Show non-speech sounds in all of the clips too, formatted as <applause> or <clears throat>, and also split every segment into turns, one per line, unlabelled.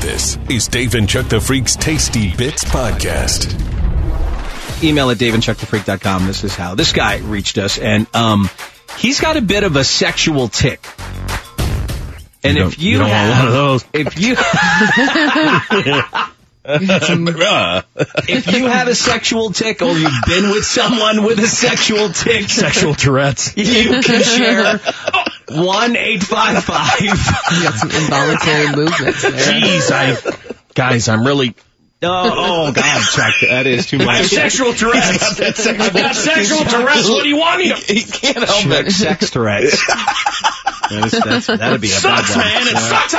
This is Dave and Chuck the Freak's Tasty Bits Podcast.
Email at daveandchuckthefreak.com. This is how this guy reached us. And um, he's got a bit of a sexual tick. And
You
if
don't-
you,
you don't want
have,
one of <laughs> those.
if you
Uh,
if you have a sexual tick or you've been with someone with a sexual tick,
Sexual Tourette's.
you can <laughs> share one eight five five.
got some involuntary movements there.
<laughs> Jeez, I, guys, I'm really.
Oh, oh God, Chuck, that is too much.
Sexual Tourette's. <laughs> I've got sexual Tourette's. What do you want here?
He can't help
Chuck sex Tourette's. That is, that's, that'd be a
Sucks,
bad one.
man. It sucks.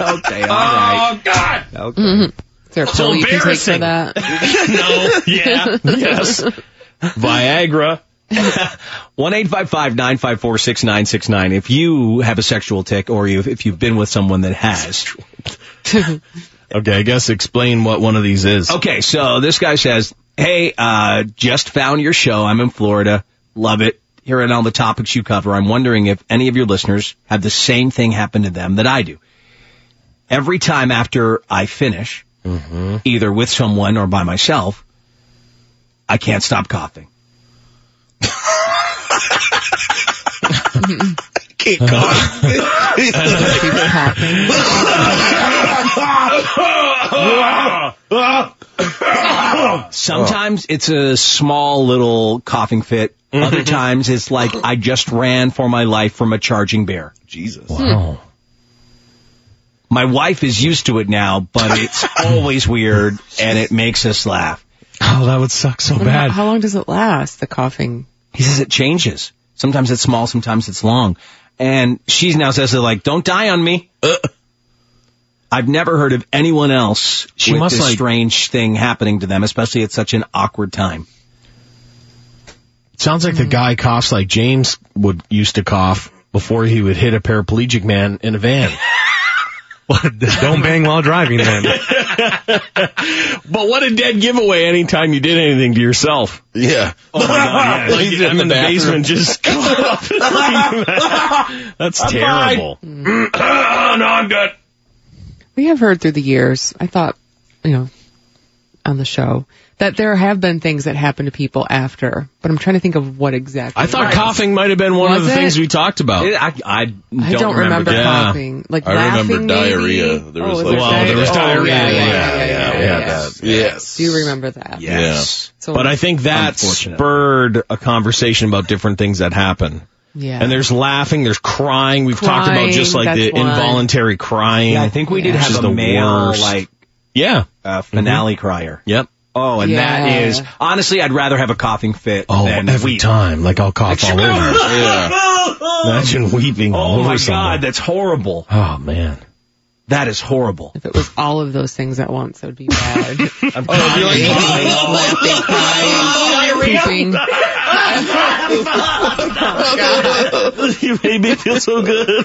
I'm-
Okay, all right.
Oh God.
Okay.
Is there a pill you can take for
embarrassing.
that?
No. Yeah. <laughs> Yes. Viagra.
One eight five five nine five four six nine six nine. If you have a sexual tick, or you, if you've been with someone that has.
Okay, I guess explain what one of these is.
Okay, so this guy says, "Hey, uh, just found your show. I'm in Florida. Love it. Hearing all the topics you cover. I'm wondering if any of your listeners have the same thing happen to them that I do. Every time after I finish, either with someone or by myself, I can't stop coughing.
Keep coughing.
Sometimes it's a small little coughing fit. Other
Mm-hmm.
times it's like I just ran for my life from a charging bear. Hmm.
Jesus.
Wow.
My wife is used to it now, but
<laughs>
it's always weird and it makes us laugh.
Oh, that would suck so
Well,
<laughs>
How,
bad.
how long does it last? The coughing.
He says it changes. Sometimes it's small, sometimes it's long. And she now says it like, don't die on me.
Uh.
I've never heard of anyone else
She
with
must,
this
like-
strange thing happening to them, especially at such an awkward time.
Sounds like the guy coughs like James would used to cough before he would hit a paraplegic man in a <laughs> van.
Don't bang while driving, then.
<laughs> But what a dead giveaway anytime you did anything to yourself.
Yeah.
Oh
<laughs> He's
Like, I'm in the,
bathroom.
basement just cough. That's terrible. oh, no, I'm good.
We have heard through the years, I thought, you know, on the show, that there have been things that happen to people after, but I'm trying to think of what exactly.
I thought
Right.
coughing might have been one of
Was
the
it?
things we talked about.
I, I don't,
I don't, remember,
Yeah.
coughing. Like
I
laughing,
remember
maybe?
diarrhea. There
Oh,
was
there
like- Well, there was
Oh,
diarrhea.
Yeah, yeah,
Yeah,
yeah, yeah, yeah,
yeah,
yeah.
that-
Yes.
Do you remember that?
Yes.
So,
But I think that
Unfortunately.
spurred a conversation about different things that happen.
yeah.
And there's laughing, there's crying. We've talked about
Crying,
just like the
that's one.
involuntary crying.
Yeah, I think we did
which is
have a
the
male
worst.
like
Yeah.
uh, finale crier.
Yep.
Oh, and that
Yeah.
is honestly, I'd rather have a coughing fit
Oh,
than
every
weep.
time, like I'll cough all over.
Yeah.
<laughs> Imagine weeping all
Oh
over
my
someone.
God, that's horrible.
Oh man.
That is horrible.
if it was all of those things at once, it would be bad.
Oh, you're like, oh,
Pooping.
oh,
you made me feel so good.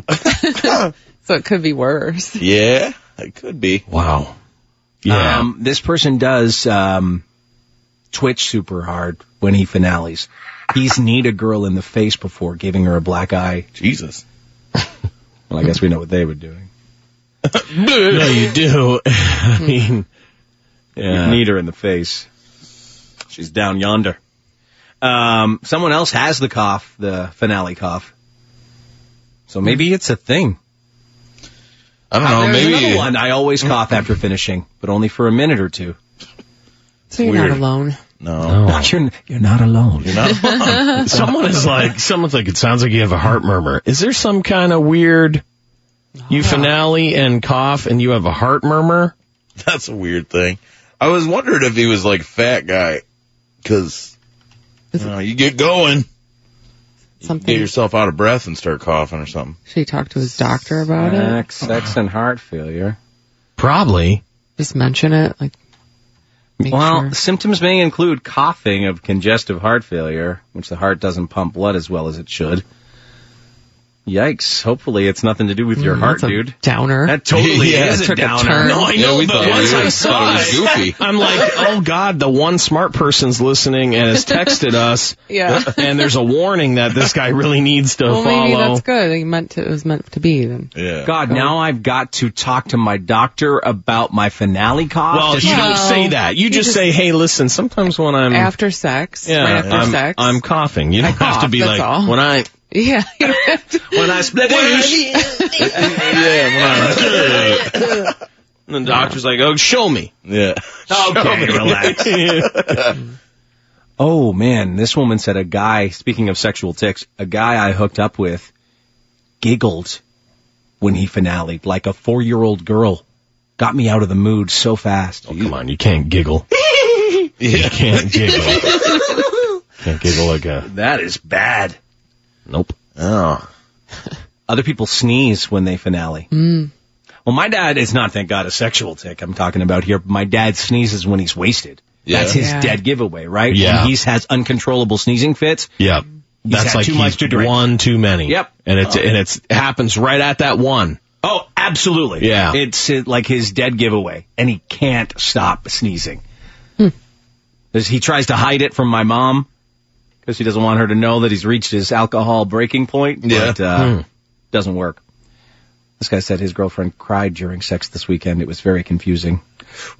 <laughs> So it could be worse.
yeah. It could be.
Wow. Yeah.
Um, this person does um, twitch super hard when he finales. He's kneed a girl in the face before giving her a black eye.
Jesus.
Well, I guess we know what they were doing.
no, you do. <laughs> I
Hmm.
mean, yeah.
Kneed her in the face. She's down yonder. Um, someone else has the cough, the finale cough. So maybe it's a thing.
I don't know.
There's another
Maybe.
one. I
Mm.
always cough after finishing, but only for a minute or two.
So you're
Weird.
not alone.
No. <laughs>
<laughs> You're, you're not alone.
Someone is like, someone's like, it sounds like you have a heart murmur. Is there some kind of weird, you finale and cough and you have a heart murmur?
That's a weird thing. I was wondering if he was like fat guy, because you, know, you get going, get
Mm-hmm.
Something.
yourself out of breath, and start coughing or something.
Should he talk to his doctor about it?
Sex, sex and heart failure.
Probably.
Just mention it. Like, make
Well,
sure.
symptoms may include coughing of congestive heart failure, which the heart doesn't pump blood as well as it should. Yikes. Hopefully it's nothing to do with your heart,
Mm, That's a
dude.
Downer.
That
<laughs>
totally
Yeah,
is
it
a
took a
downer. <laughs>
turn.
No, Oh, I
Yeah,
know,
we
but
thought it
once
was-
I
thought
saw
it was goofy.
<laughs> I'm like, oh God, the one smart person's listening and has texted us. <laughs>
Yeah.
And there's a warning that this guy really needs to
well,
follow.
maybe that's good. He meant to, it was meant to be then.
Yeah.
God, now I've got to talk to my doctor about my finale cough.
Well,
Does
you
she-
don't
Well,
say that. You,
you
just,
just-
say, hey, listen, sometimes when I'm
After sex,
Mm. yeah,
right after
I'm,
sex.
I'm coughing. You don't have to
cough,
be
that's
like
all.
when I
yeah. <laughs> You don't have to-
when I split
yeah. when I-
and the doctor's like, oh, show me.
yeah.
Okay,
<laughs>
relax.
Oh man, this woman said a guy, speaking of sexual ticks, a guy I hooked up with giggled when he finaled like a four year old girl. Got me out of the mood so fast.
Come on, you can't giggle. You can't giggle. can't giggle like a
That is bad.
nope.
Oh.
Other people sneeze when they finale. Well, my dad is not, thank God, a sexual tick I'm talking about here. My dad sneezes when he's wasted.
Yeah.
That's his
Yeah.
dead giveaway, right?
Yeah.
When he has uncontrollable sneezing fits,
Yeah, that's
had
like
too
he's
much to drink.
one too many.
Yep.
and it's and it's happens right at that one.
Oh, absolutely.
Yeah.
It's uh, like his dead giveaway, and he can't stop sneezing. There's- He tries to hide it from my mom because he doesn't want her to know that he's reached his alcohol breaking point,
Yeah.
but uh, doesn't work. This guy said his girlfriend cried during sex this weekend. It was very confusing.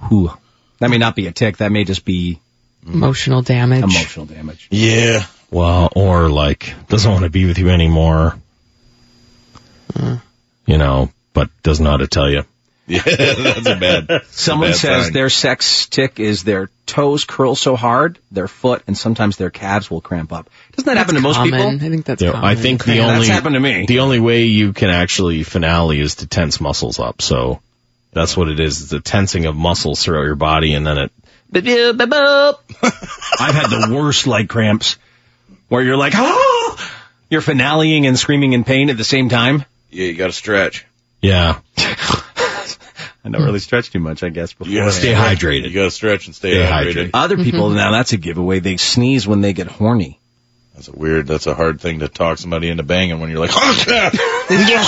Whew. That may not be a tick. That may just be
Emotional damage.
emotional damage.
Yeah.
Well, or like doesn't want to be with you anymore.
Mm.
You know, but doesn't know how to tell you.
Yeah. That's a bad.
Someone
bad
says
sign.
their sex tick is their toes curl so hard, their foot, and sometimes their calves will cramp up. Doesn't that happen to most people?
Common. I think that's
You know,
common.
I think the
Yeah, that's
only
happened to me.
the only way you can actually finale is to tense muscles up. So that's what it is: it's the tensing of muscles throughout your body, and then it.
I've had the worst leg cramps where you're like, oh, you're finaleing and screaming in pain at the same time.
Yeah, you got to stretch.
Yeah,
I don't really stretch too much, I guess. Before.
You gotta
stay
You
hydrated.
got to stretch and stay
Stay
hydrated.
hydrated.
Other people, now that's a giveaway. They sneeze when they get horny.
That's a weird. That's a hard thing to talk somebody into banging when you're like. <laughs> "Oh,
<laughs>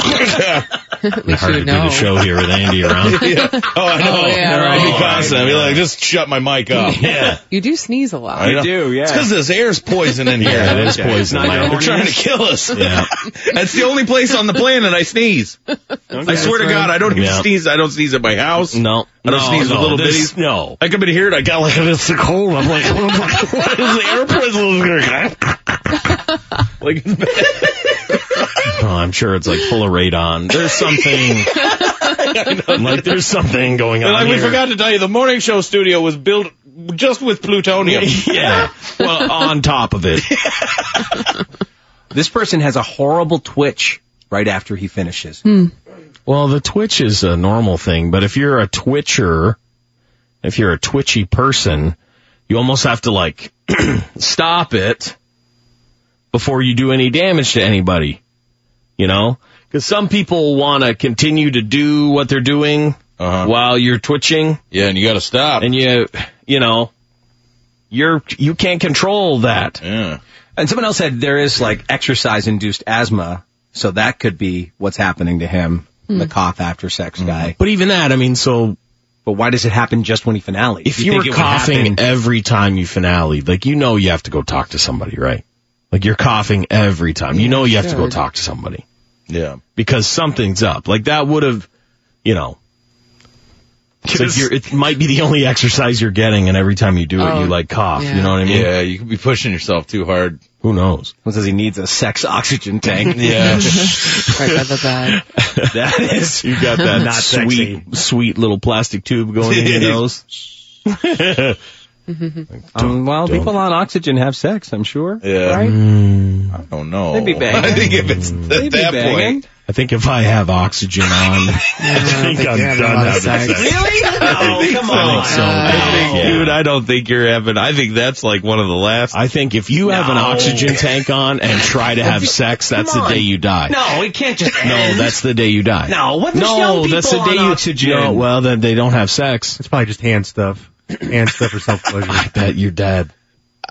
At least
Hard
you would
to do the
know.
show here with Andy <laughs> around.
Oh, I know.
Oh, yeah,
I'd be
right.
constant. I'd be like, just shut my mic off.
yeah,
You do sneeze a lot.
I know.
do, yeah.
It's because this air's poison in here.
yeah, it is
Okay.
poison.
Not your
man.
They're trying to kill <laughs> us.
Yeah.
That's the only place on the planet I sneeze. I swear to God, I don't even
Yeah.
sneeze. I don't sneeze at my house.
No,
I don't
no,
sneeze with
no,
little
this-
bitties.
No,
I come in here and I got like this cold. I'm like, <laughs> "Oh what is the air poison? like
<laughs>
it's bad.
Oh, I'm sure it's like full of radon. There's
<laughs>
something. like there's something going on.
Like we
here.
forgot to tell you, the morning show studio was built just with plutonium.
Yeah. Well, on top of it.
This person has a horrible twitch right after he finishes.
Well, the twitch is a normal thing, but if you're a twitcher, if you're a twitchy person, you almost have to like <clears throat> stop it before you do any damage to anybody. You know? Cause some people want to continue to do what they're doing
Uh-huh.
while you're twitching.
Yeah, and you got to stop.
and you you know you're you can't control that
yeah.
And someone else said there is like exercise induced asthma. So that could be what's happening to him, the cough after sex guy.
but even that i mean so
But why does it happen just when he finales?
if
You
you,
think
were
it would
coughing
happen-
every time you finale like you know you have to go talk to somebody right like you're coughing every time you know you have to go
sure.
talk to somebody
Yeah.
because something's up like that would have you know it's like you're, it might be the only exercise you're getting and every time you do it
Oh,
you like cough you
yeah.
know what i mean
Yeah, you could be pushing yourself too hard.
who knows
Someone says he needs a sex oxygen <laughs> tank.
Yeah.
Right by the
<laughs>
bed.
<laughs> that is
you got that
<laughs> Not
sweet
sexy.
sweet little plastic tube going
<laughs>
in your nose
Um, well,
don't.
people on oxygen have sex, I'm sure.
<laughs> Yeah.
Right?
I don't know.
They'd be banging.
<laughs> I think if it's at
They'd be
that
banging.
point.
I think if I have
<laughs>
oxygen on, <laughs>
I think,
I'm
you have
done
a lot of sex.
having sex.
Really? <laughs> No, come on.
so.
I think,
Yeah.
dude, I don't think you're having. I think that's like one of the last.
I think if you have an
No.
oxygen tank on and try to have sex, that's the
on.
day you die.
No, it can't just
No,
end.
that's the day you die.
No, what, there's
no,
young
that's the
people
day
on
you
oxygen.
No, well, then <laughs> they don't have
<laughs>
sex.
It's probably just hand stuff. Hand stuff for self pleasure.
Bet you're dead.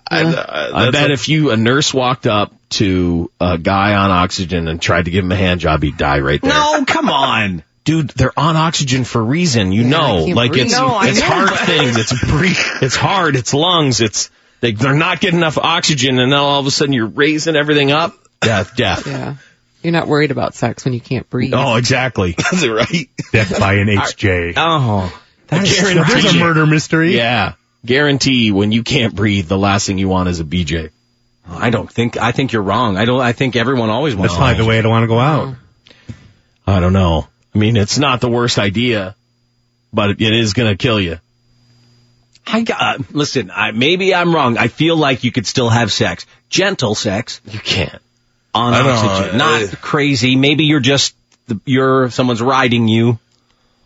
I bet if you a nurse walked up to a guy on oxygen and tried to give him a hand job, he'd die right there.
No, come on.
Dude, they're on oxygen for a reason. You know,
I can't
like
breathe.
it's
No, I
it's
know,
hard
but-
things. It's bre- it's hard. It's lungs. It's they, they're not getting enough oxygen, and now all of a sudden you're raising everything up. Death, death.
Yeah. You're not worried about sex when you can't breathe.
Oh, exactly.
Is it right?
Death by an HJ.
Oh, that's
There's a murder mystery.
Yeah, guarantee when you can't breathe, the last thing you want is a BJ.
I don't think. I think you're wrong. I don't. I think everyone always wants.
That's probably the way I don't want to go out.
I don't know. I mean, it's not the worst idea, but it is going to kill you.
I got. Listen. I, maybe I'm wrong. I feel like you could still have sex, gentle sex
You can't.
on
I don't
oxygen,
know.
not
Uh,
crazy. Maybe you're just. the- You're someone's riding you.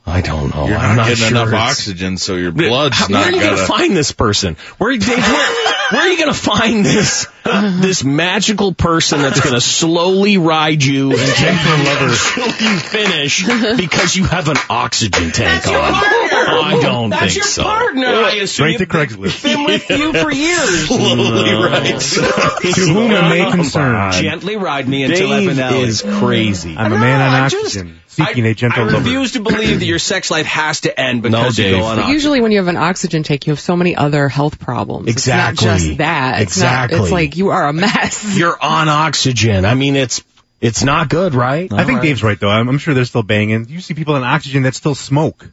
I don't know.
You're not,
I'm not
getting
sure
enough
it's-
oxygen, so your blood's
How- where
not
are you
gonna.
to find this person? Where, Dave, where, where are you going to find this this magical person that's going to slowly ride you until you finish because you have an oxygen tank on? I don't think so.
I assume.
Straight to Craigslist.
been with you <laughs> for years.
Slowly rides.
to whom it may concern.
Gently ride me until
Dave
I've been
is crazy.
I'm a
No,
man on
I just-
oxygen, seeking
I-
a gentle
I
lover.
refuse to believe that your sex life has to end because you
Dave.
go on
But
oxygen.
Usually, when you have an oxygen tank, you have so many other health problems.
Exactly.
It's not just that. It's
Exactly.
Not, it's like you are a mess.
<laughs> You're on oxygen. I mean, it's it's not good, right?
I think Dave's right though. I'm, I'm sure they're still banging. You see people on oxygen that still smoke.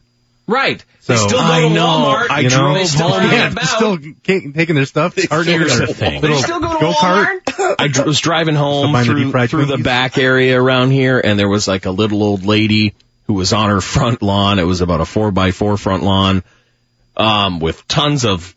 Right. they
So-
still go
I
to
know.
Walmart.
I
you know,
drove
they still
home.
hang
yeah,
about.
still ca- taking their stuff. Hard to
Here's
their
the thing.
they
little
still go to
go-kart.
Walmart.
<laughs> I dr- was driving home
buying the
through,
deep fried
through the
Twinkies?
back area around here, and there was like a little old lady who was on her front lawn. It was about a four by four front lawn, um, with tons of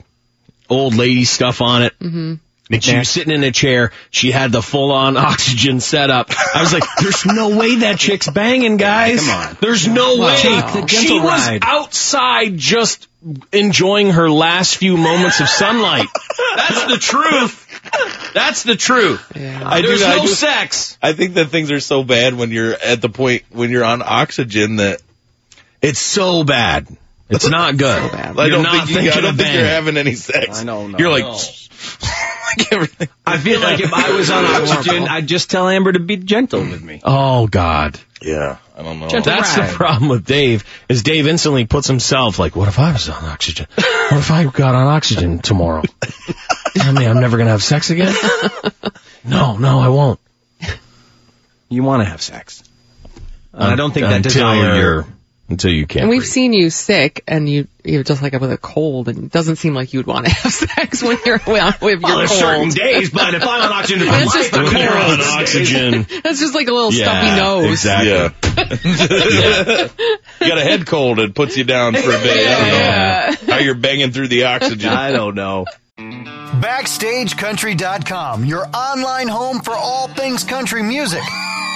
old lady stuff on it. Mm-hmm. And she was sitting in a chair. She had the full on <laughs> oxygen setup. I was like, there's no way that chick's banging, guys. Come on. There's no way.
Take the gentle
she was
ride.
outside just enjoying her last few moments of sunlight. That's the truth. That's the truth.
Yeah.
I do-
There's
I
no
do-
sex.
I think that things are so bad when you're at the point when you're on oxygen that
It's so bad. It's
<laughs>
not good.
bad.
I
You're
don't
not
think, you, I
thinking
don't
of
think you're
banging.
having any sex.
I
Oh,
know, no,
<laughs>
you're like,
<laughs> no.
like everything.
I feel like if I <laughs> was on oxygen, I'd just tell Amber to be gentle with me.
Oh God.
Yeah, I don't know.
That's
ride.
the problem with Dave is Dave instantly puts himself like, what if I was on oxygen? What if I got on oxygen
<laughs>
tomorrow? I mean, I'm never going to have sex again. No, no, I won't.
You want to have sex. And I don't think that
until
desire.
you're, until you can't.
And we've
breathe.
seen you sick, and you you're just like with a cold, and it doesn't seem like you'd want to <laughs> have sex when you're with your
well, there's certain
cold.
days, but if I'm on oxygen,
<laughs>
if
That's just
I'm
the <laughs>
life,
You're
I'm
on
cold.
oxygen.
That's just like a little stuffy
Yeah,
nose.
Exactly.
yeah. you got a head cold and puts you down for a day. I don't know how you're banging through the oxygen.
I don't know.
BackstageCountry.com, your online home for all things country music.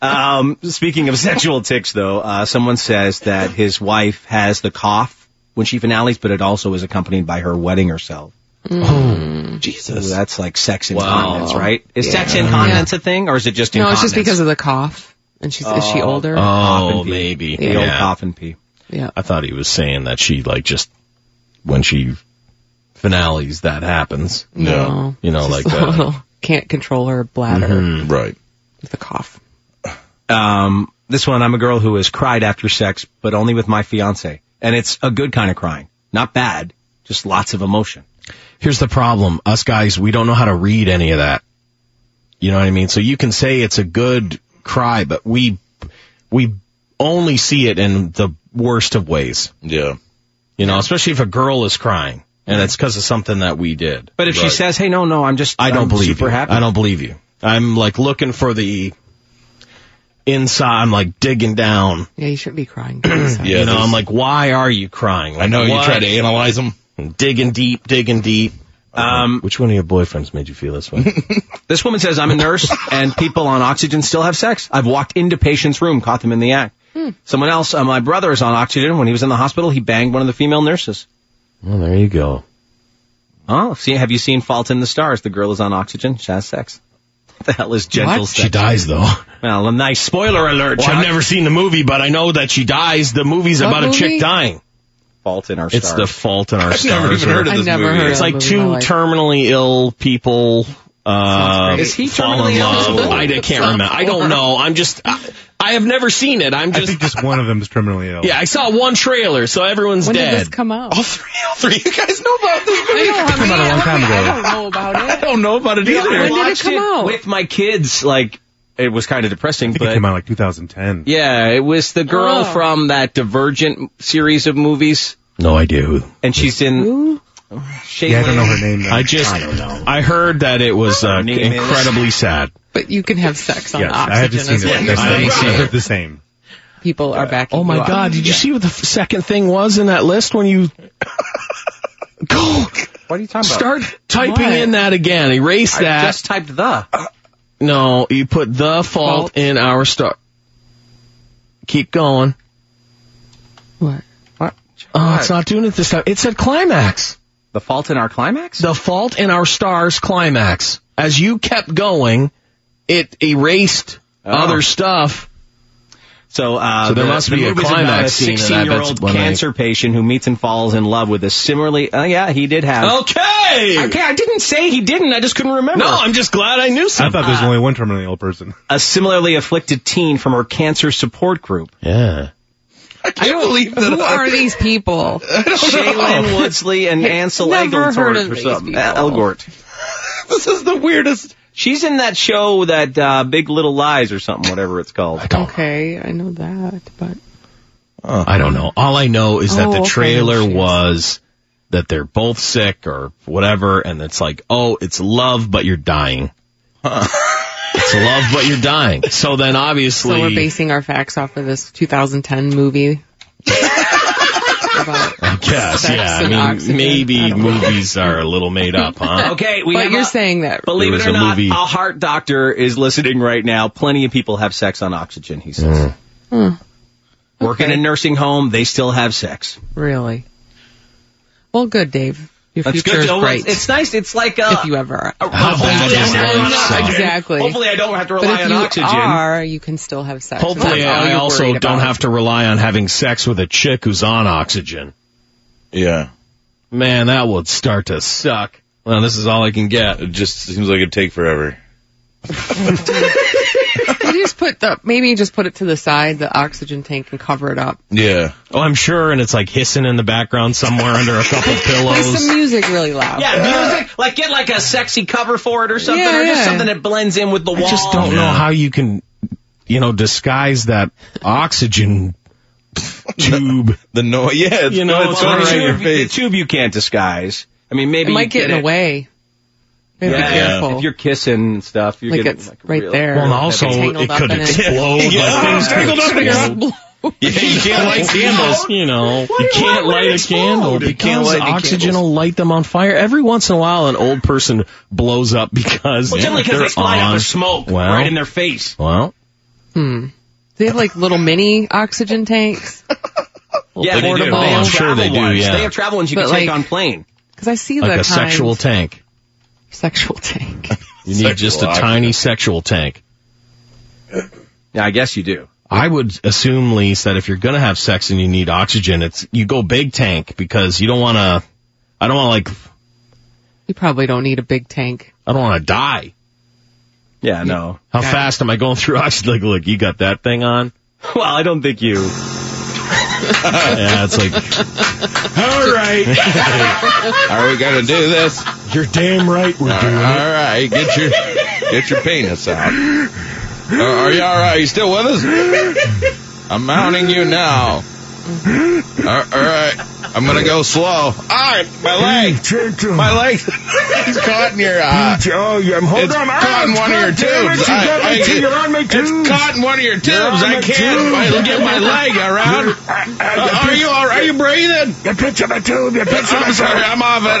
Um, speaking of sexual tics, though, uh, someone says that his wife has the cough when she finales, but it also is accompanied by her wetting herself.
Mm.
Oh,
Jesus.
So that's like sex incontinence, right? Is sex incontinence a thing, or is it just
No, it's
incontinence?
just because of the cough. And she's is she older?
Cough
Oh,
and pee.
maybe.
the old cough and pee.
yeah.
I thought he was saying that she like just when she finales that happens.
No.
You know,
Just
like,
a
uh,
little- Oh. <laughs> can't control her bladder
Right.
with the cough.
Um, this one, I'm a girl who has cried after sex, but only with my fiance, and it's a good kind of crying, not bad, just lots of emotion.
Here's the problem. Us guys, we don't know how to read any of that. You know what I mean? So you can say it's a good cry, but we we only see it in the worst of ways.
Yeah.
You know, especially if a girl is crying and it's because of something that we did.
But if she
Right.
says, "Hey, no, no, I'm just,"
I don't
I'm
believe
super
you.
happy.
I don't believe you. I'm like looking for the inside. I'm like digging down.
Yeah, you shouldn't be crying. during sex.
Yeah.
You know,
there's-
I'm like, why are you crying?
I know you
What?
try to analyze them.
digging deep, digging deep.
Um,
Which one of your boyfriends made you feel this way?
This woman says, I'm a nurse and people on oxygen still have sex. I've walked into patients' room, caught them in the act.
Hmm.
Someone else, uh, my brother is on oxygen. When he was in the hospital, he banged one of the female nurses.
well, there you go.
Oh, see, have you seen Fault in the Stars? The girl is on oxygen. She has sex. What the hell is gentle
What?
sex?
She dies though.
Well, a nice spoiler alert,
Well,
Chuck.
I've never seen the movie, but I know that she dies. The movie's
What
about a
movie?
chick dying.
Fault in our
It's
stars.
the fault in our
I've
stars.
never even heard of
I
this
never
movie.
heard
It's
It's
of
like
movie
two
in my life.
terminally ill people uh,
great. Is
he
fall
terminally
in
ill?
<laughs>
love. I, I can't remember. I don't know. I'm just. I, I have never seen it. I'm
I
just.
think just one of them is terminally ill.
yeah, I saw one trailer, so everyone's
When
dead.
did this come out?
all three,
<laughs>
all three. You guys know about this
I
movie.
know, how
came out a
many-
long time
I
ago.
don't know about
<laughs>
it.
don't know about it
I
When did it
watched
come out?
With my kids, like, it was kind of depressing,
I think
but.
it came out like 2010.
Yeah, it was the girl
Oh.
from that Divergent series of movies,
no idea who.
and she's in.
Yeah, I don't know her name. Though.
I just. I don't know. I heard that it was uh,
name is-
incredibly sad.
But you can have sex on
Yes,
oxygen.
I haven't seen
is
it.
what
That's
you're
not-
saying.
I haven't seen
I
it.
heard the same.
<laughs> People are backing
Oh
you
my
up.
God! Did you see what the f- second thing was in that list when you? <laughs> Go
What are you talking
start typing
What?
in that again. Erase
I
that.
just typed the.
No, you put the fault in our star. Keep going.
What?
Oh, it's not doing it this time. It said climax.
The fault in our climax?
The fault in our stars climax. As you kept going, it erased
Oh.
other stuff.
So, uh,
So there
the-
must
the
be a
movie's
climax
about a
scene, and I bet
16 year old
when I-
cancer patient who meets and falls in love with a similarly. Oh, yeah, he did have.
Okay.
Okay, I didn't say he didn't. I just couldn't remember.
No, I'm just glad I knew
I
something.
thought there's
Uh,
only one terminally
<laughs>
ill person.
A similarly afflicted teen from her cancer support <laughs> group.
yeah.
I can't believe that.
Who are these people?
Shaylin Woodsley and Ansel
Never heard of
Elgort or
these
something.
people.
Uh, <laughs> Elgort.
this is the weirdest.
She's in that show that uh, Big Little Lies or something, whatever it's called.
Okay, I know that, but
I don't know. All I know is that
Oh,
the
okay,
trailer
shit.
was that they're both sick or whatever, and it's like, oh, it's love, but you're dying. it's love, but you're dying. So then
so we're
obviously,
basing our facts off of this 2010 movie. About-
I guess,
sex
yeah. I
and
mean,
oxygen. I
maybe
don't know.
movies are a little made
<laughs>
up, huh?
Okay, we
but
have
you're
a-
saying that
Believe
There
it
was
or
a
not,
movie-
a heart doctor is listening right now. Plenty of people have sex on oxygen, he says.
Mm.
Hmm.
Working in a nursing home, they still have sex.
really. Well, good, Dave. Your
That's
future
good.
is
to-
bright.
It's nice. It's like uh,
if you ever,
How bad
hopefully I
is
don't
life
have to rely on
suck?
oxygen.
Exactly.
Hopefully, I don't have to
but
rely
if
on
you
oxygen.
are, you can still have sex. and
Hopefully,
that's all
I
you're
also
worried
don't
about.
have to rely on having sex with a chick who's on oxygen.
Yeah,
Man, that would start to suck. Well, this is all I can get.
it just seems like it'd take forever.
You just put the maybe just put it to the side, the oxygen tank, and cover it up.
Yeah,
Oh, I'm sure, and it's like hissing in the background somewhere under a
<laughs>
couple
Play
pillows.
some music really loud.
yeah, music. Like get like a sexy cover for it or something,
Yeah,
or just
yeah.
something that blends in with the wall.
I just don't know how you can, you know, disguise that oxygen <laughs> tube.
the no. Yeah, it's,
You know,
no, it's
it's
right
already
in your
the, tube, the
face.
tube you can't disguise. I mean, maybe
it
you
might get in the way. We have to
Yeah,
be careful.
if you're kissing and stuff, you're
Like
getting
it's
like
right
real-
there.
Well, and
Or
also
tangled
it
up
could
in it.
explode. like things could
Oh, tangled up in your-
explode.
Yeah,
You
<laughs>
can't light candles, you know. You can't
why would it
light a
explode?
candle
You can't
because
light any
oxygen
candles.
will light them on fire. Every once in a while, an old person blows up because
Well, generally because
they're
they fly
on.
up with smoke
Well,
right in their face.
well,
<laughs> They have like little mini oxygen tanks.
Yeah,
they do.
portable.
Oh, I'm sure they
travel
do,
ones.
yeah.
they have travel ones you
But
can take
like-
on plane.
Because I see the
like a
kinds-
sexual tank.
sexual tank.
You need just a
Sexual
tiny sexual tank.
Yeah, I guess you do.
I would assume, Lise, that if you're gonna have sex and you need oxygen, it's you go big tank because you don't want to. I don't want to like.
You probably don't need a big
<laughs>
tank.
I don't want to die.
Yeah, no.
How fast am I going through <laughs> oxygen? Like, look, you got that thing on.
<laughs> Well, I don't think you.
Yeah, it's like.
<laughs>
All right,
Are we gonna do this?
you're damn right we're
All right, get your get your penis out. Uh, are you all right? You still with us? I'm mounting you now. Uh, all right. I'm gonna go slow. Ah, my leg,
Gentle.
my leg. He's caught in your. Uh,
Oh, yeah, I'm holding
it's
on.
caught in
Ah,
one of your
God damn it,
tubes.
You
I-
got
I-
me too. You're on my tubes.
It's caught in one of your tubes.
on my
I can't
tubes.
get my leg around.
I- I-
Uh,
you
are you all right? Are you breathing?
pic- Ah, You picture my tube. You picture my
I'm sorry,
tube.
I'm off it.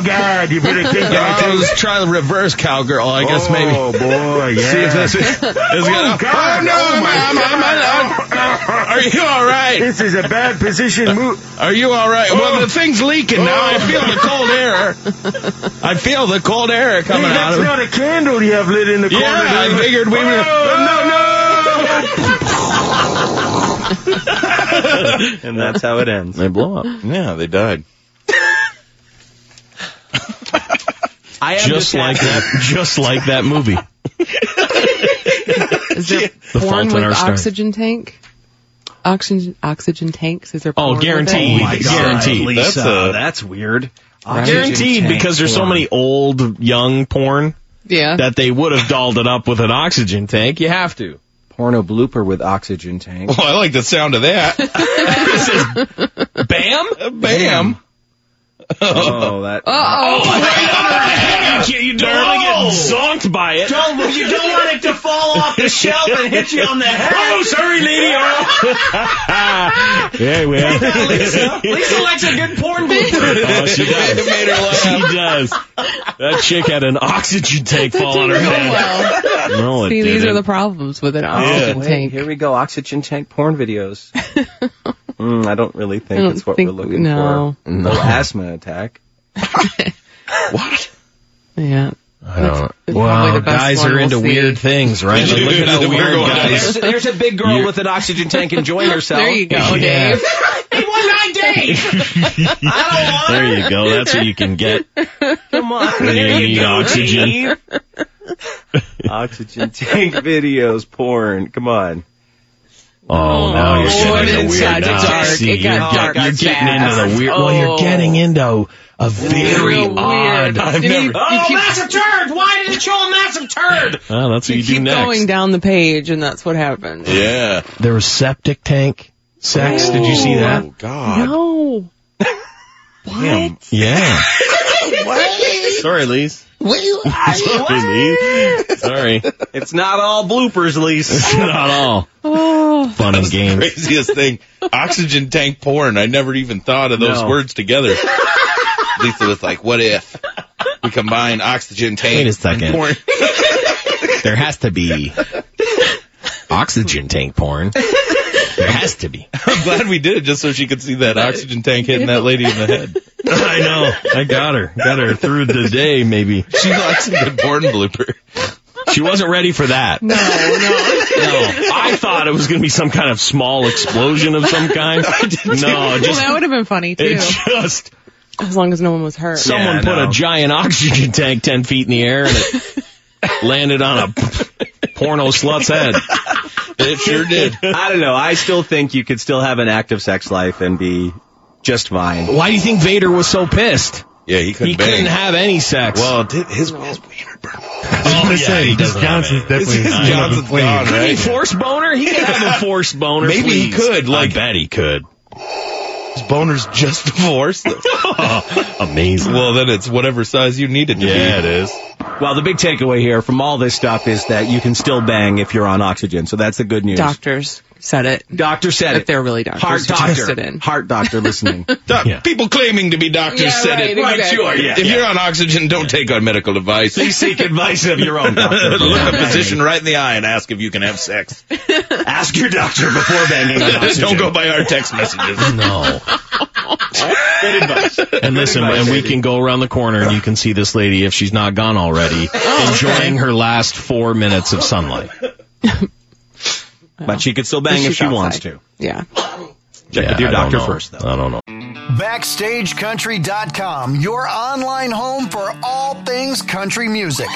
Oh, God. You better
<laughs>
think that.
I was trying to reverse cowgirl. I guess maybe. <laughs>
Oh, boy, yeah.
See if this is. is gonna,
God.
Oh no!
Oh,
I'm,
my
I'm, I'm, I'm, I'm- are you all right?
This is a bad
Uh,
position move.
Are you all right? Well,
Oh.
the thing's leaking now. I feel the cold air. I feel the cold air
Hey,
coming out
that's
of it.
not a candle you have lit in the corner. Oh,
Yeah,
there.
I figured we were.
and that's how it ends.
They blow up.
Yeah, they died. <laughs>
I am
Just like that. Just like that <laughs> movie.
Is there
The
porn
Fault in
with
Our Stars.
oxygen tank? Oxygen oxygen tanks? Is there?
Oh,
porn with it?
guaranteed.
my God,
Guaranteed.
Lisa,
That's
that's,
a-
weird.
Oh, Guaranteed because there's so many old young porn
Yeah.
that they would have dolled it up with an oxygen tank. You have to.
porno blooper with oxygen tank.
Well, I like the sound of
<laughs>
that.
Uh,
Bam, bam.
oh, that.
You, don't want to get zonked by it. Don't, you don't want it to fall off the shelf and hit you on the head. Oh, sorry, <laughs> lady. yeah, well.
Lisa, Lisa likes a good porn <laughs>
Oh, she
It
does.
made her laugh.
She does. That chick had an oxygen tank fall
<laughs>
on her head. No, it
See, these are
didn't.
the problems with an oxygen tank.
here we go. Oxygen tank porn
<laughs>
videos. Mm, I don't really think
I don't
it's what
think-
we're looking
no.
for. No.
<laughs>
asthma attack.
Yeah.
I don't.
That's probably
Wow,
the best
guys
one
are
we'll
into
see.
weird things, right? Like, look at how
We're
weird
going
guys.
There's, there's a big girl
You-
with an oxygen
<laughs>
tank enjoying herself.
There you go,
Yeah.
Dave.
There you go. That's what you can get
<laughs> Come on.
when you
There
need
go,
oxygen.
Dave. <laughs> oxygen tank videos porn. Come on.
Oh, now you're
Lord,
getting into
it's
weird.
got
now.
dark.
See,
It
you're,
got
get-
dark
you're getting
fast.
into the weird. Well, you're
Oh.
getting into a very
Real
odd.
weird.
I've
Did <laughs> he-
never.
you keep-
Oh, that's what you, do
keep
next.
going down the page, and that's what happens.
Yeah.
There was septic tank sex. Did you see that?
Oh God.
No. Oh, <laughs>
Yeah. Sorry, Lise. <laughs> Sorry, Lise. Sorry.
It's not all bloopers, Lisa.
It's <laughs> not all
Oh,
fun and games.
Craziest thing. Oxygen tank porn. I never even thought of those
No.
words together. Lisa was like, what if we combine oxygen tank
Wait a second.
and porn? <laughs>
There has to
<laughs>
be oxygen tank porn. There has to be.
I'm glad we did it just so she could see that oxygen tank hitting that lady in the <laughs> head.
<laughs> I know. I got her. Got her through the day, maybe.
She likes a good porn blooper.
She wasn't ready for that.
no, no.
<laughs> No, I thought it was going to be some kind of small explosion of
<laughs>
some kind. No,
Well,
just
that would have been funny, too.
it just
As long as no one was hurt.
someone
Yeah,
put
no.
a giant oxygen tank ten feet in the air and it
<laughs>
landed on a porno slut's head.
It sure did.
I don't know. I still think you could still have an active sex life and be just fine.
Why do you think Vader was so pissed?
Yeah, he couldn't
He
bang.
couldn't have any sex.
well, did his, his
oh, yeah, he
This
doesn't have
Johnson's
any.
definitely
This is
not
Johnson's
even clean.
gone,
Could he
right?
force boner? He could have a force boner.
Maybe he
please.
could, like-
I bet he could.
boner's
<laughs>
just divorced.
Oh, Amazing.
well, then it's whatever size you need it to
yeah, it
be.
is.
Well, the big takeaway here from all this stuff is that you can still bang if you're on oxygen. So that's the good news.
Doctors said it.
Doctor said
If
it.
they're really doctors
Heart
who tested
doctor.
in.
Heart doctor listening.
Doc-
Yeah.
People claiming to be doctors
Yeah,
said it.
right, exactly.
sure.
Yeah.
If you're on oxygen, don't take on medical advice.
Please seek advice of your own doctor.
<laughs> Look a physician right in the eye and ask if you can have <laughs> sex.
Ask your doctor before banging. on oxygen.
Don't go by our text <laughs> messages.
No.
Good advice.
And listen,
advice,
and we
Eddie.
can go around the corner and you can see this lady if she's not gone
<laughs>
already,
Oh,
enjoying her last four minutes of
<laughs>
sunlight.
But she could still bang
She
if she
should
wants
outside.
to.
Yeah.
Check
with your doctor first, though.
I don't know. Uh,
BackstageCountry.com, your online home for all things country music.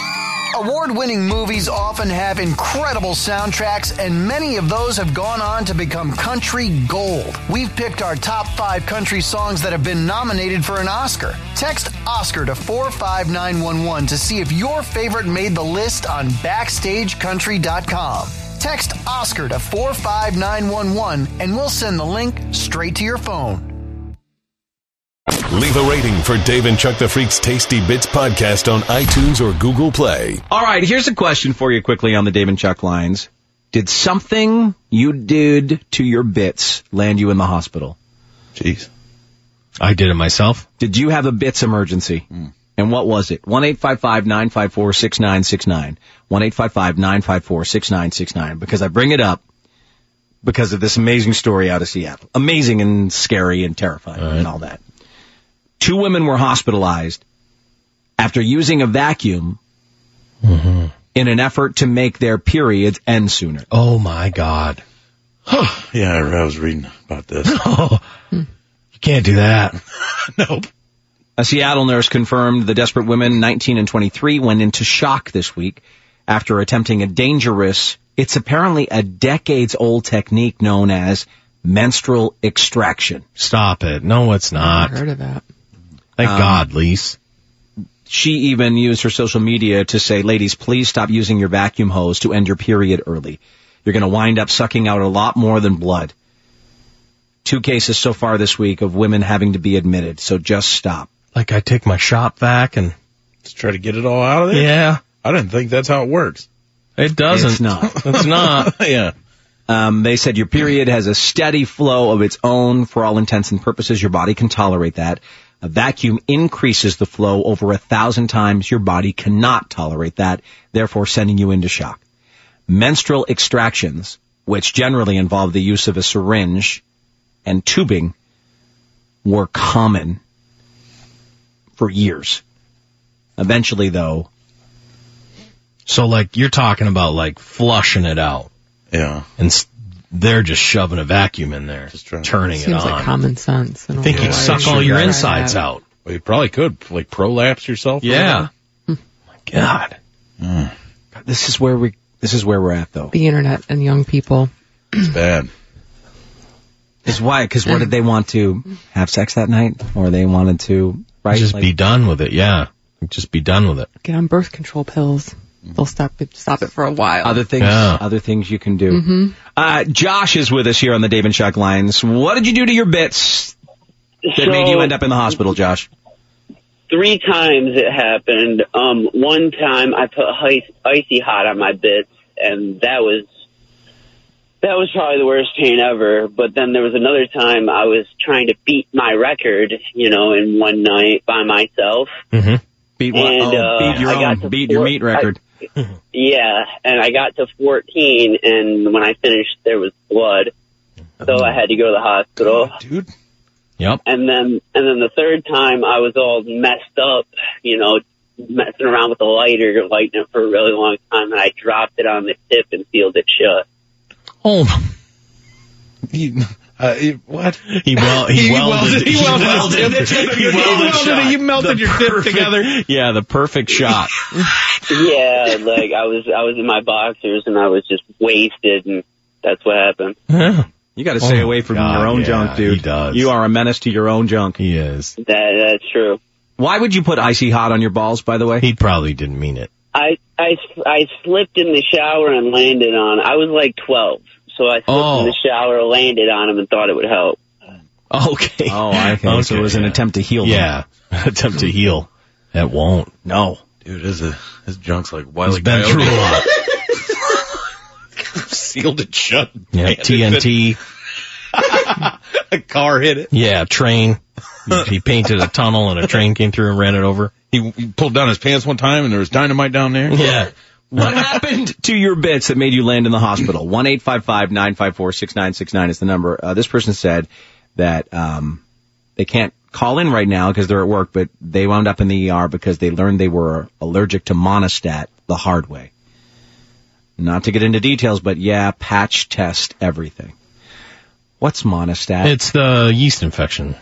Award winning movies often have incredible soundtracks, and many of those have gone on to become country gold. We've picked our top five country songs that have been nominated for an Oscar. Text Oscar to 45911 to see if your favorite made the list on BackstageCountry.com. Text Oscar to 45911 and we'll send the link straight to your phone.
Leave a rating for Dave and Chuck the Freak's Tasty Bits podcast on iTunes or Google Play.
All right, here's a question for you quickly on the Dave and Chuck lines. Did something you did to your bits land you in the hospital?
Jeez.
I did it myself.
Did you have a bits emergency? And what was it? 1-855-954-6969. 1-855-954-6969. Because I bring it up because of this amazing story out of Seattle. Amazing and scary and terrifying and all that. Two women were hospitalized after using a vacuum in an effort to make their periods end sooner.
Oh my God.
Yeah, I I was reading
<laughs>
about this.
Oh, you can't do that.
nope.
A Seattle nurse confirmed the desperate women, 19 and 23, went into shock this week after attempting a dangerous, it's apparently a decades old technique known as menstrual extraction.
Stop it. No, it's not.
Heard of that?
Thank God, Lise.
She even used her social media to say, ladies, please stop using your vacuum hose to end your period early. You're going to wind up sucking out a lot more than blood. Two cases so far this week of women having to be admitted, so just stop.
Like I take my shop vac and
Just try to get it all out of there.
yeah,
I didn't think that's how it works.
it doesn't.
It's
<laughs>
not.
It's not.
<laughs>
yeah.
Um, they said your period has a steady flow of its own for all intents and purposes. Your body can tolerate that. A vacuum increases the flow over a thousand times. Your body cannot tolerate that, therefore sending you into shock. Menstrual extractions, which generally involve the use of a syringe and tubing, were common for years. Eventually, though,
So like you're talking about like flushing it out,
Yeah.
and s- they're just shoving a vacuum in there,
Just trying to-
turning it,
Seems
on.
like common sense. I
I think
you
you suck all your insides out.
Well, you probably could like prolapse yourself. or
Yeah. my God. Mm.
this is where we this is where we're at, though.
The internet and young people.
something. It's bad.
Is why? Because what did they want to have sex that night, or they wanted to right?
Just
like-
be done with it. Yeah. Just be done with it.
Get on birth control pills.
Mm.
They'll stop it. Stop it for a while.
other things.
Yeah.
Other things you can do. Uh, Josh is with us here on the Dave and Chuck lines. What did you do to your bits that
so
made you end up in the hospital, Josh?
three times it happened. Um, one time I put ice, icy hot on my bits, and that was that was probably the worst pain ever. But then there was another time I was trying to beat my record, you know, in one night by myself.
Mm-hmm. Beat one,
And,
oh,
uh,
beat your
I got
own,
to
beat your
four-
meat record.
Yeah, and I got to 14, and when I finished, there was blood, so I had to go to the hospital.
Dude.
Yep.
and then and then the third time I was all messed up, you know, messing around with the lighter, lighting it for a really long time, and I dropped it on the tip and sealed it shut.
Oh,
He, uh, he- what?
he, wel- <laughs>
<laughs>
he, welded,
He welded.
it. He
it. You melted your dip together.
Yeah, the perfect shot.
Yeah, <laughs> like I was I was in my boxers and I was just wasted, and that's what happened.
Yeah.
You got to stay
Oh,
away from
God,
your own
yeah,
junk, dude.
he does.
You are a menace to your own junk.
He is.
That that's true.
Why would you put icy hot on your balls? By the way,
He probably didn't mean
<laughs>
it.
I I I slipped in the shower and landed on. I was like 12, so I slipped
Oh.
in the shower, landed on him, and thought it would help.
Okay.
oh, I think so. It
Okay,
was an
yeah.
attempt to heal. them.
Yeah. <laughs> Attempt to heal. That won't.
No.
Dude, his, uh, his junk's like
He's
wily
been
coyote.
through a lot.
<laughs> Sealed it shut.
Yeah. TNT.
<laughs> A car hit it.
Yeah. Train. He painted a tunnel and a train came through and ran it over.
He, he pulled down his pants one time and there was dynamite down there.
Yeah.
What happened to your bits that made you land in the hospital? One eight five five nine five four six nine six nine is the number. Uh, this person said that um, they can't call in right now because they're at work, but they wound up in the ER because they learned they were allergic to monostat the hard way. Not to get into details, but yeah, patch test everything. What's monostat?
It's the yeast infection.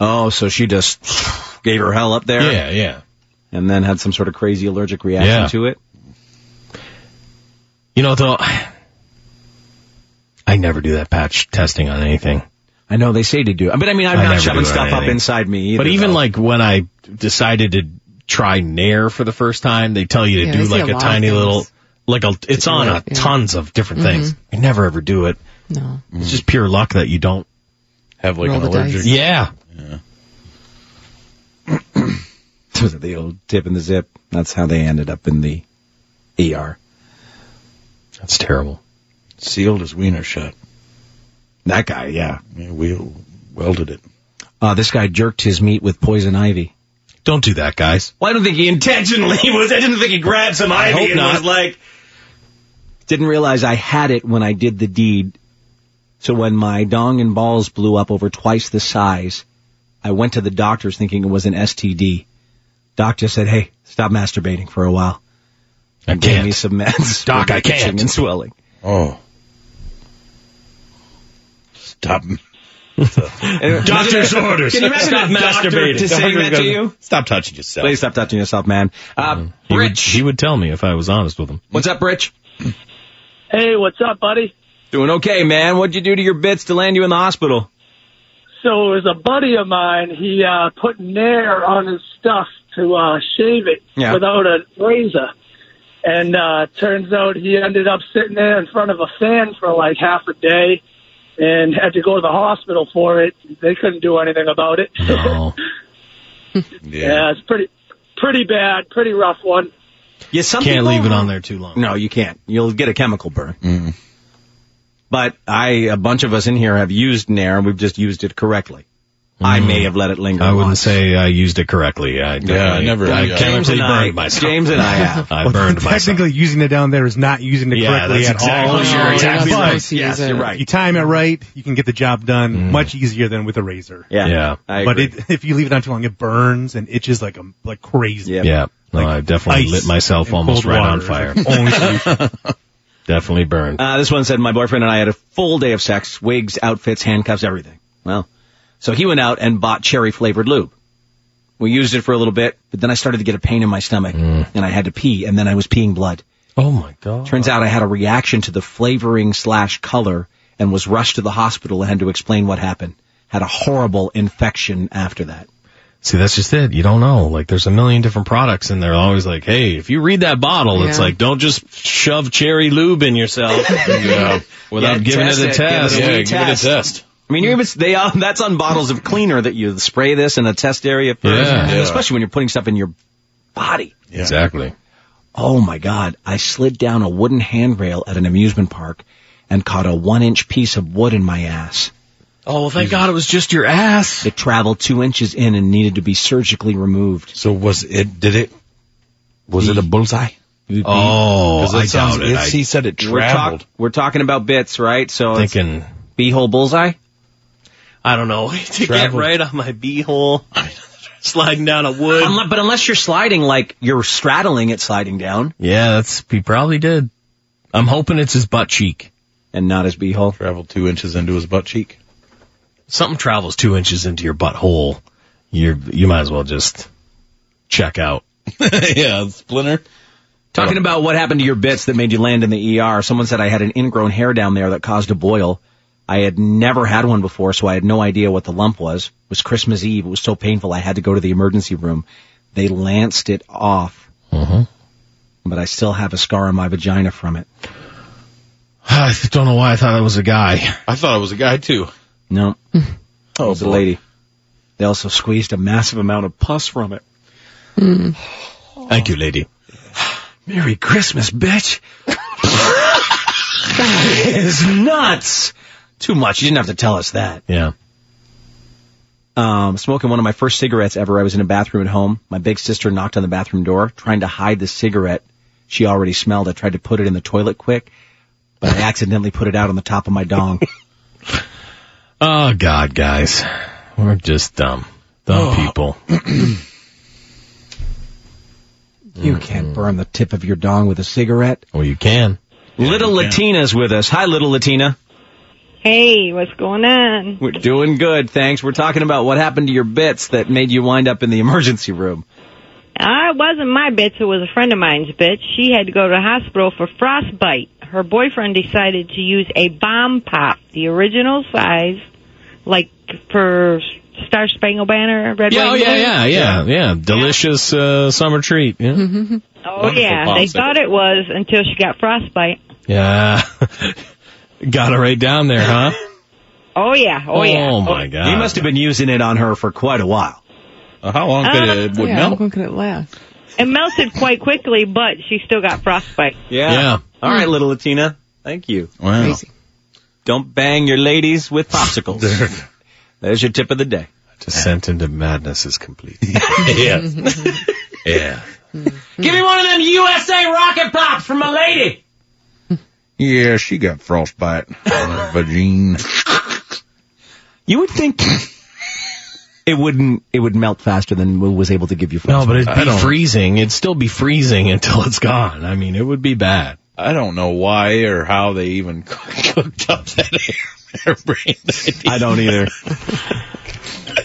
oh, so she just gave her hell up there
Yeah. Yeah.
and then had some sort of crazy allergic reaction
Yeah.
to it.
You know, though, I never do that patch testing on anything.
I know they say to do it, but I mean, I'm
I
not
never
shoving
do
stuff up
anything.
inside me either.
but even
though.
like when I decided to try Nair for the first time, they tell you to
Yeah,
do
they say
like
a
a,
lot of
tiny
things.
little, like a, it's on a
yeah. Mm-hmm.
tons of different things. I never ever do it.
no.
It's just pure luck that you don't.
Mm-hmm. Have like
Roll
an
the dice.
allergic.
Yeah.
was it <laughs> the old tip and the zip? That's how they ended up in the ER.
That's terrible.
Sealed his wiener shut.
That guy, yeah.
Yeah, we welded it.
Uh, this guy jerked his meat with poison ivy.
Don't do that, guys.
Well, I don't think he intentionally <laughs> was. I didn't think he grabbed some
I
ivy
hope
and
not.
was like,
Didn't realize I had it when I did the deed. So when my dong and balls blew up over twice the size, I went to the doctors thinking it was an STD. Doc just said, "Hey, stop masturbating for a while."
I
and gave me some
<laughs>
meds. for
Doc, I
itching
can't.
And swelling.
Oh. Stop. <laughs>
Doctor's orders.
Can you imagine
Stop
a doctor
masturbating.
to saying
Doctor
that to
goes,
you?
Stop touching yourself.
Please stop touching yourself, man. Uh,
He would, he would tell me if I was honest with him.
What's up, Rich?
Hey, what's up, buddy?
Doing okay, man. What'd you do to your bits to land you in the hospital?
So it was a buddy of mine. He uh, put Nair on his stuff to uh, shave it
Yeah.
without a razor. And uh, turns out he ended up sitting there in front of a fan for like half a day and had to go to the hospital for it. They couldn't do anything about it.
Yeah,
it's pretty pretty bad, pretty rough one.
Yeah, some
Can't
people-
leave it on there too long.
No, you can't. You'll get a chemical burn. But I, a bunch of us in here have used Nair, and we've just used it correctly. I may have let it linger.
<laughs> Mm-hmm. I wouldn't
on.
say I used it correctly. I definitely- I
James
chemically
and I-
burned myself.
James and I
<laughs>
have.
I burned myself.
Technically, using it down there is not using it
Yeah,
correctly
that's
at all.
exactly- you're No, exactly you're not right. supposed to
Yes,
use
you're
it.
right. You time it right, you can get the job done
Mm.
much easier than with a razor.
Yeah,
Yeah. I
but
agree.
it, <laughs> if you leave it on too long, it burns and itches like a like crazy.
Yeah. No, I definitely
ice
lit myself
and
almost
cold
right on
water.
fire.
<laughs> Only
definitely burned.
Uh, this one said, my boyfriend and I had a full day of sex, wigs, outfits, handcuffs, everything. Well, so he went out and bought cherry flavored lube. We used it for a little bit, but then I started to get a pain in my stomach
Mm.
and I had to pee and then I was peeing blood.
Oh my god.
Turns out I had a reaction to the flavoring slash color and was rushed to the hospital and had to explain what happened. Had a horrible infection after that.
See, that's just it. You don't know. Like, there's a million different products, and they're always like, "Hey, if you read that bottle, it's
Yeah.
like, don't just shove cherry lube in <laughs> yourself
Yeah.
without
Yeah,
giving it
test
a
it.
test.
Give it a Yeah, wee give it a test. test. I mean, you even they uh, <laughs> that's on bottles of cleaner that you spray this in a test area first,
Yeah. Yeah.
especially when you're putting stuff in your body.
Exactly.
Oh my God! I slid down a wooden handrail at an amusement park and caught a one-inch piece of wood in my ass.
Oh well, thank God it was just your ass.
It traveled two inches in and needed to be surgically removed.
So was it? Did it? Was it a bullseye?
Oh,
'Cause that
I
sounds-
doubt it.
it's-
I-
he said
it
We're, talk, we're talking about bits, right? So it's
Thinking-
beehole bullseye.
I don't know. <laughs> to
Travel.
get right on my beehole, sliding down a wood.
Unle- but unless you're sliding, like you're straddling it, sliding down.
Yeah, that's he probably did. I'm hoping it's his butt cheek
and not his beehole.
Traveled two inches into his butt cheek.
Something travels two inches into your butthole. You you might as well just check out.
<laughs> yeah, splinter.
Talking about what happened to your bits that made you land in the ER, someone said I had an ingrown hair down there that caused a boil. I had never had one before, so I had no idea what the lump was. It was Christmas Eve. It was so painful I had to go to the emergency room. They lanced it off. But I still have a scar on my vagina from it.
<sighs> I don't know why I thought that was a guy.
I thought it was a guy too.
No.
Oh,
it was a lady. They also squeezed a massive amount of pus from it.
Thank you, lady.
Merry Christmas, bitch. that is nuts. Too much. You didn't have to tell us that.
Yeah.
Um, smoking one of my first cigarettes ever. I was in a bathroom at home. My big sister knocked on the bathroom door, trying to hide the cigarette. She already smelled. I tried to put it in the toilet quick, but I accidentally put it out on the top of my dong.
Oh God, guys, we're just dumb, dumb people.
you can't burn the tip of your dong with a cigarette.
Well, you can.
Little Latina's with us. Hi, Little Latina.
Hey, what's going on?
We're doing good, thanks. We're talking about what happened to your bits that made you wind up in the emergency room.
Uh, it wasn't my bitch. It was a friend of mine's bitch. She had to go to the hospital for frostbite. Her boyfriend decided to use a bomb pop, the original size, like for Star Spangled Banner, Red
Yeah, oh,
White, and
yeah,
Blue.
yeah, yeah, yeah. Delicious uh, summer treat. Yeah.
Oh, yeah. They thought it was until she got frostbite.
Yeah. <laughs> Got it right down there, huh?
Oh, yeah. Oh, yeah.
my God. Uh,
You must have been using it on her for quite a while.
How long could
Uh,
it would
yeah,
melt?
How could it last?
Oh.
It melted quite quickly, but she still got frostbite.
Yeah. All right, little Latina. Thank you.
Wow.
Crazy.
Don't bang your ladies with popsicles. There's your tip of the day.
Descent into madness is complete.
yeah.
<laughs> yeah.
Give me one of them USA rocket pops from a lady.
Yeah, she got frostbite on <laughs> her vagina.
You would think it wouldn't. It would melt faster than Will was able to give you.
No, Oh, but
frostbite.
it'd be freezing. It'd still be freezing <laughs> until it's gone. I mean, it would be bad.
I don't know why or how they even <laughs> cooked up that airbrain.
<laughs>
I don't either.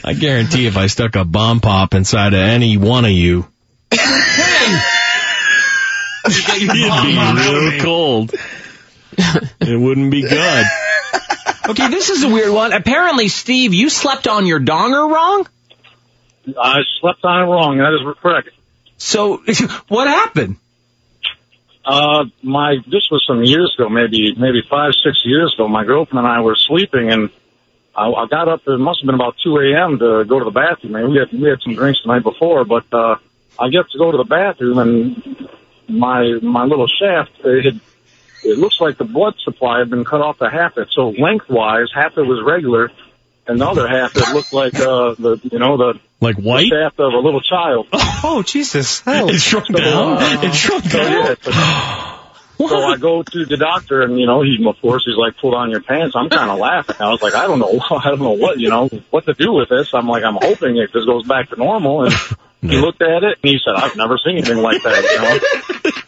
I guarantee if I stuck a bomb pop inside of any one of you,
It'd
be real cold. it wouldn't be good.
Okay, this is a weird one. Apparently, Steve, you slept on your donger wrong.
I slept on it wrong. That is correct.
So <laughs> what happened?
Uh, my this was some years ago, maybe maybe five six years ago. My girlfriend and I were sleeping, and I, I got up. It must have been about two a.m. to go to the bathroom. And we had we had some drinks the night before, but uh, I get to go to the bathroom, and my my little shaft it had, it looks like the blood supply had been cut off to half it. So lengthwise, half it was regular, and the other half it looked like uh, the you know the
like white
shaft of a little child. uh,
Oh Jesus!
It
shrunk
down. it
shrunk
down. So I go to the doctor, and you know, he of course he's like, "Pull down your pants." I'm kind of laughing. I was like, "I don't know, <laughs> I don't know what you know what to do with this." I'm like, "I'm hoping it just goes back to normal." And he looked at it and he said, "I've never seen anything like that." You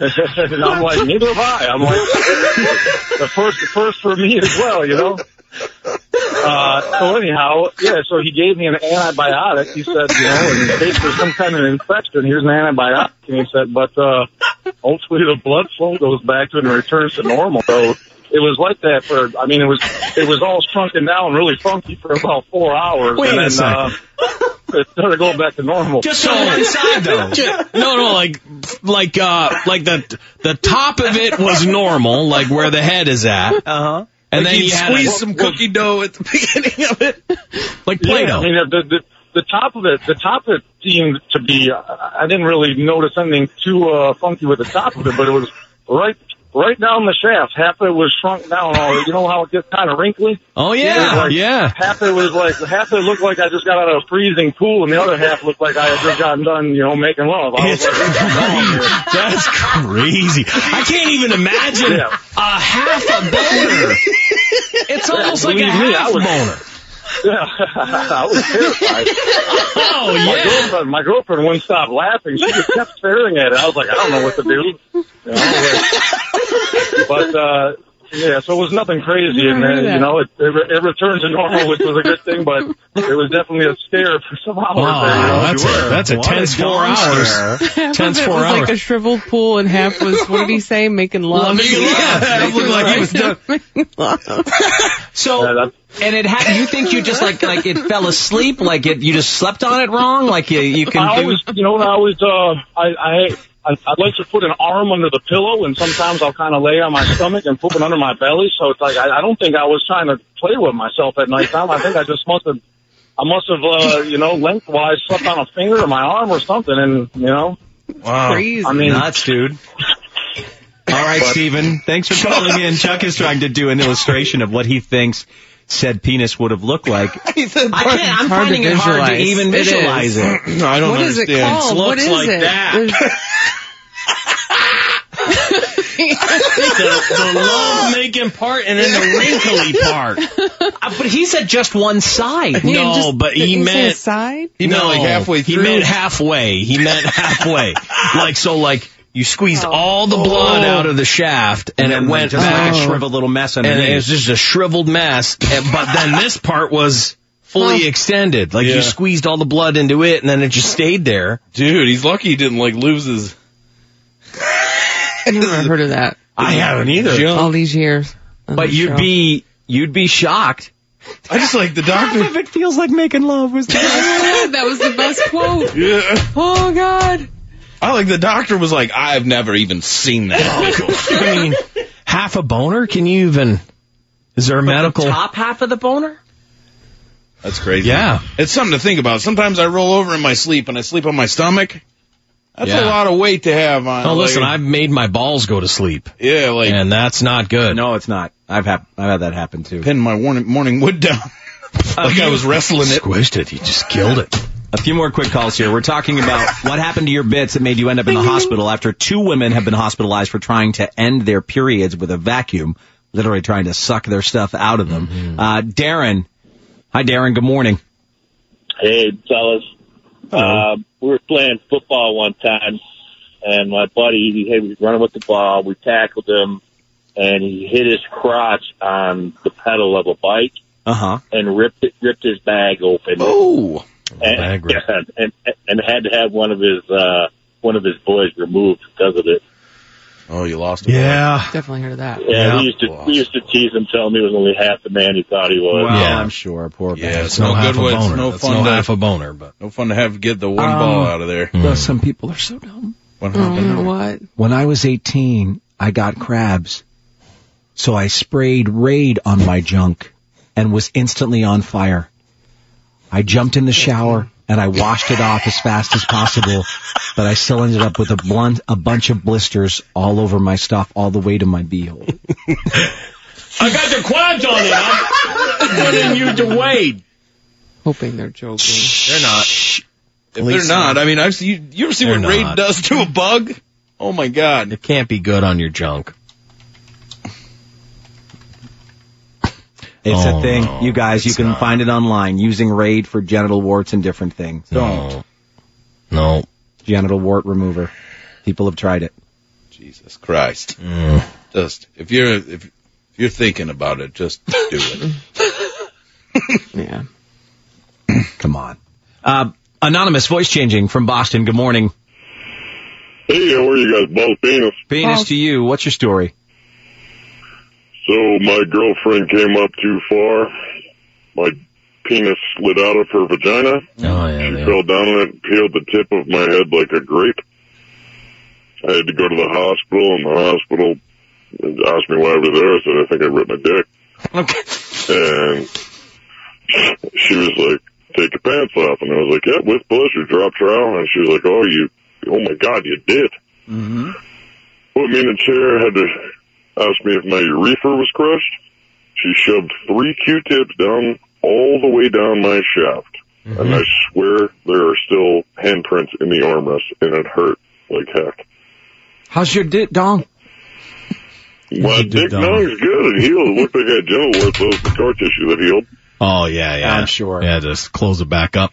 know, <laughs> and I'm like, "Neither have I." I'm like, "The first, the first for me as well," you know. Uh, so anyhow, yeah, so he gave me an antibiotic. He said, you know, in case there's some kind of infection, here's an antibiotic. And he said, but, uh, hopefully the blood flow goes back to it and returns to normal. So it was like that for, I mean, it was, it was all shrunken down really funky for about four hours.
Wait
and
a
then,
second.
uh, it started going back to normal.
<laughs> Ju- no, no, like, like, uh, like the the top of it was normal, like where the head is at.
Uh-huh.
Uh huh.
And
Like
then
you'd
you had
squeeze
a-
some cookie dough at the <laughs> beginning of it.
like Play-Doh.
Yeah, I mean, the, the, the top of it, the top of it seemed to be. I I didn't really notice anything too uh, funky with the top of it, but it was right, right down the shaft. Half of it was shrunk down. All you know how it gets kind of wrinkly.
Oh
It was
yeah,
like-
yeah.
Half of it was like half of it looked like I just got out of a freezing pool, and the other half looked like I had just gotten done, you know, making love. I <laughs> was like,
That's crazy. I can't even imagine
Yeah.
a half a boner. It's almost like a
believe me, I
half
was-
boner.
I was terrified.
Oh
my
yeah.
girlfriend, my girlfriend wouldn't stop laughing. She just kept staring at it. I was like, I don't know what to
<laughs>
do. You know, but uh, yeah, so it was nothing crazy, and
heard
then
that.
you know it, it, re- it returned to normal, which was a good thing. But it was definitely a scare for some hours.
Wow,
there, you know.
Oh, that's a, that's a
What
tense
a
four
dumb
hours.
scare.
Half
Tense
of it
four
was like
hours.
a shriveled pool, and half was what did he say? Making love.
it looked like he was <laughs> done.
So and it had. You think you just like like it fell asleep? Like it you just slept on it wrong? Like you you can
I
do.
always, you know, I always, uh, I, I, I, I like to put an arm under the pillow, and sometimes I'll kind of lay on my stomach and put it under my belly. So it's like I, I don't think I was trying to play with myself at nighttime. I think I just must have, I must have, uh, you know, lengthwise slept on a finger of my arm or something, and you know,
Wow.
Oh,
Crazy. I mean-
nuts, dude. All right, Steven. Thanks for calling in. Chuck is trying to do an illustration of what he thinks said penis would have looked like.
He said,
I can't. I'm
Hard to
finding it hard to
visualize.
even
It is.
visualize it.
I don't
What is it
understand.
called? What
looks
is
like
it? <laughs>
The, the love making part and then the wrinkly part.
Uh, but he said just one side.
He
No,
just-
but he
didn't say
meant-
side.
He meant,
no,
like, halfway
He
through?
meant halfway. He meant halfway. like so, like you squeezed all the blood
Oh.
out of the shaft and, it went
just
back
like a shriveled little mess
and
underneath.
it was just a shriveled mess. and- but then
<laughs>
this part was fully extended. Like
Yeah.
you squeezed all the blood into it, and then it just stayed there.
Dude, he's lucky he didn't like lose his.
I've never heard of that.
I haven't either.
Oh,
All these years. on
but
the
you'd
show.
be you'd be shocked.
I just like the doctor.
It feels like making love
<laughs>
was.
that was the best quote.
Yeah.
Oh God.
I like the doctor was like, I've never even seen <laughs> that. before."
I mean, half a boner? Can you even? Is there a medical?
Top half of the boner.
That's crazy. Yeah. It's something to think about. Sometimes I roll over in my sleep and I sleep on my stomach. That's
Yeah.
a lot of weight to have on.
Oh, listen,
like-
I've made my balls go to sleep.
Yeah, like
and that's not good.
No, it's not. I've had I've had that happen too.
Pinned my morning morning wood down. <laughs> like I was wrestling it.
Squished it. You just killed it.
A few more quick calls here. We're talking about what happened to your bits that made you end up in the hospital after two women have been hospitalized for trying to end their periods with a vacuum, literally trying to suck their stuff out of them.
Mm-hmm.
Uh, Darren. Hi, Darren. Good morning.
Hey, fellas. Uh, we were playing football one time, and my buddy, he, he was running with the ball. We tackled him, and he hit his crotch on the pedal of a bike
Uh huh.
and ripped it, ripped his bag open.
Oh,
and, yeah, and and had to have one of his uh, one of his boys removed because of it.
Oh, you lost
him.
Definitely heard of that.
Yeah, we used to we used to tease him, tell him he was only half the man he thought he was.
Well, Oh, I'm sure. Poor
Yeah,
man.
it's no, good way. It's no fun to
a boner, but
no fun to have get the one
Um,
ball out of there.
well, some people are so dumb.
What
what?
When I was 18, I got crabs. So I sprayed Raid on my junk and was instantly on fire. I jumped in the shower and I washed it off as fast as possible, but I still ended up with a blunt, a bunch of blisters all over my stuff, all the way to my beehole.
I got the quads on it. I'm putting
<laughs>
you to Wade.
Hoping they're joking.
They're not.
If they're not, I mean, I've seen you, you ever see
They're
what Raid
not.
does to a bug? Oh my god.
It can't be good on your junk.
It's
Oh,
a thing, you guys. You can find it online using Raid for genital warts and different things.
Don't. No.
Genital wart remover. People have tried it.
Jesus Christ.
Mm.
Just if you're if, if you're thinking about it, just do it.
yeah.
Come on. Uh, anonymous voice changing from Boston. Good morning.
Hey, how are you guys? Both penis.
Penis
Well-
to you. What's your story?
<laughs> So my girlfriend came up too far. My penis slid out of her vagina.
Oh, yeah,
she fell down and it peeled the tip of my head like a grape. I had to go to the hospital, and the hospital asked me why I was there. I said, I think I ripped my dick. Okay. And she was like, take your pants off. And I was like, yeah, with pleasure. Dropped her out. And she was like, oh, you, oh my God, you did.
Mm-hmm.
Put me in a chair, had to ask me if my reefer was crushed. She shoved three Q-tips down, all the way down my shaft. And I swear there are still handprints in the armrest, and it hurt like heck.
How's your dick, dong?
My dick nung's good. It healed. It looked like I had genital warts. That was the scar tissue that healed.
Oh yeah, yeah. I'm sure. Yeah, just close it back up.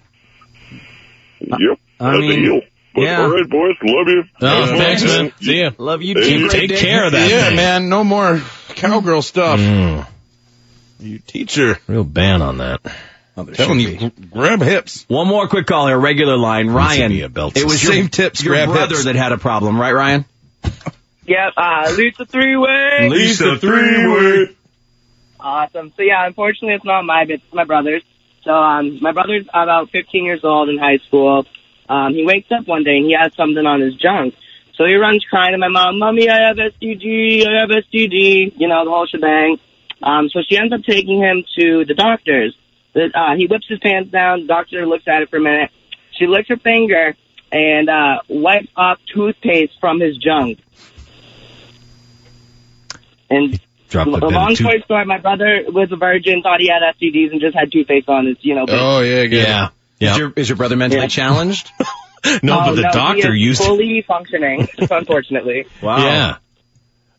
Yep.
I
That's a
mean,
heal. But
yeah.
all right, boys. Love you.
Oh,
Have
thanks,
fun.
man. See ya. Love you
Hey,
too, Ray Dick. Care of that
Yeah,
thing.
man. No more cowgirl stuff.
You
Mm. teacher.
Real ban on that.
Telling you, gr- grab hips.
One more quick call here, regular line. Ryan.
be a belt
it was
system.
your,
Same tips,
your
grab
brother
hips.
that had a problem, right, Ryan?
Yep, uh, Lisa Three Way.
Lisa
Three
Way.
Awesome. So yeah, unfortunately, it's not my bits, it's my brother's. So um, my brother's about 15 years old in high school. Um, he wakes up one day and he has something on his junk. So he runs crying to my mom, "Mommy, I have STD. I have STD." You know the whole shebang. Um, so she ends up taking him to the doctor's. The, uh, he whips his pants down. The doctor looks at it for a minute. She licks her finger and uh, wipes off toothpaste from his junk. And
dropped a
L-
bit
long
of tooth-
story short, my brother was a virgin, thought he had STDs, and just had toothpaste on his,
Oh,
you know. bit.
yeah,
yeah.
Is your is your brother mentally challenged?
no, but the
he
doctor
is
used.
fully functioning, unfortunately.
Yeah.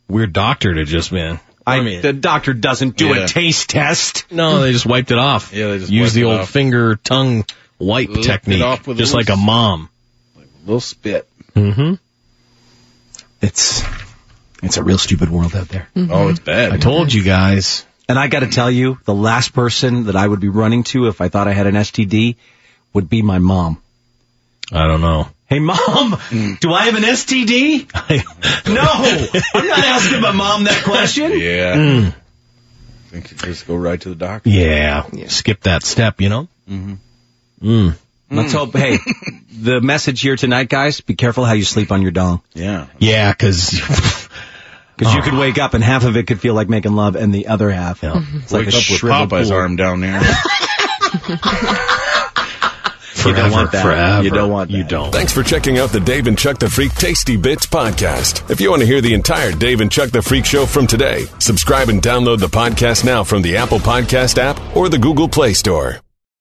Weird doctor to just man. I, mean,
the doctor doesn't do
Yeah.
a taste test.
No, they just wiped it off.
Yeah, they just
use
wiped
the
it
old
off.
finger tongue wipe
Licked it
technique,
off with a
just like a
little
mom.
little spit.
Mm-hmm.
It's it's a real stupid world out there.
Mm-hmm.
Oh, it's bad.
I
told you guys.
And I got to tell you, the last person that I would be running to if I thought I had an STD would be my mom.
I don't know.
Hey
Mm.
mom, do I have an
<laughs>
STD? no, I'm not asking my mom that question.
<laughs>
Yeah.
Mm.
I think you just go right to the doctor.
Yeah. Skip that step, you know?
Mm-hmm.
Mm.
Let's hope. Hey, the message here tonight, guys: be careful how you sleep on your dong.
Yeah.
Yeah, <laughs> because
Because you could wake up and half of it <laughs> could feel like making love, and the other half, it's
Wake
like a
up with
shriveled
<laughs>
Popeye's
pool.
arm down there. you don't want that.
forever.
You don't want You don't. Thanks for checking out the Dave and Chuck the Freak Tasty Bits podcast. If you want to hear the entire Dave and Chuck the Freak show from today, subscribe and download the podcast now from the Apple Podcast app or the Google Play Store.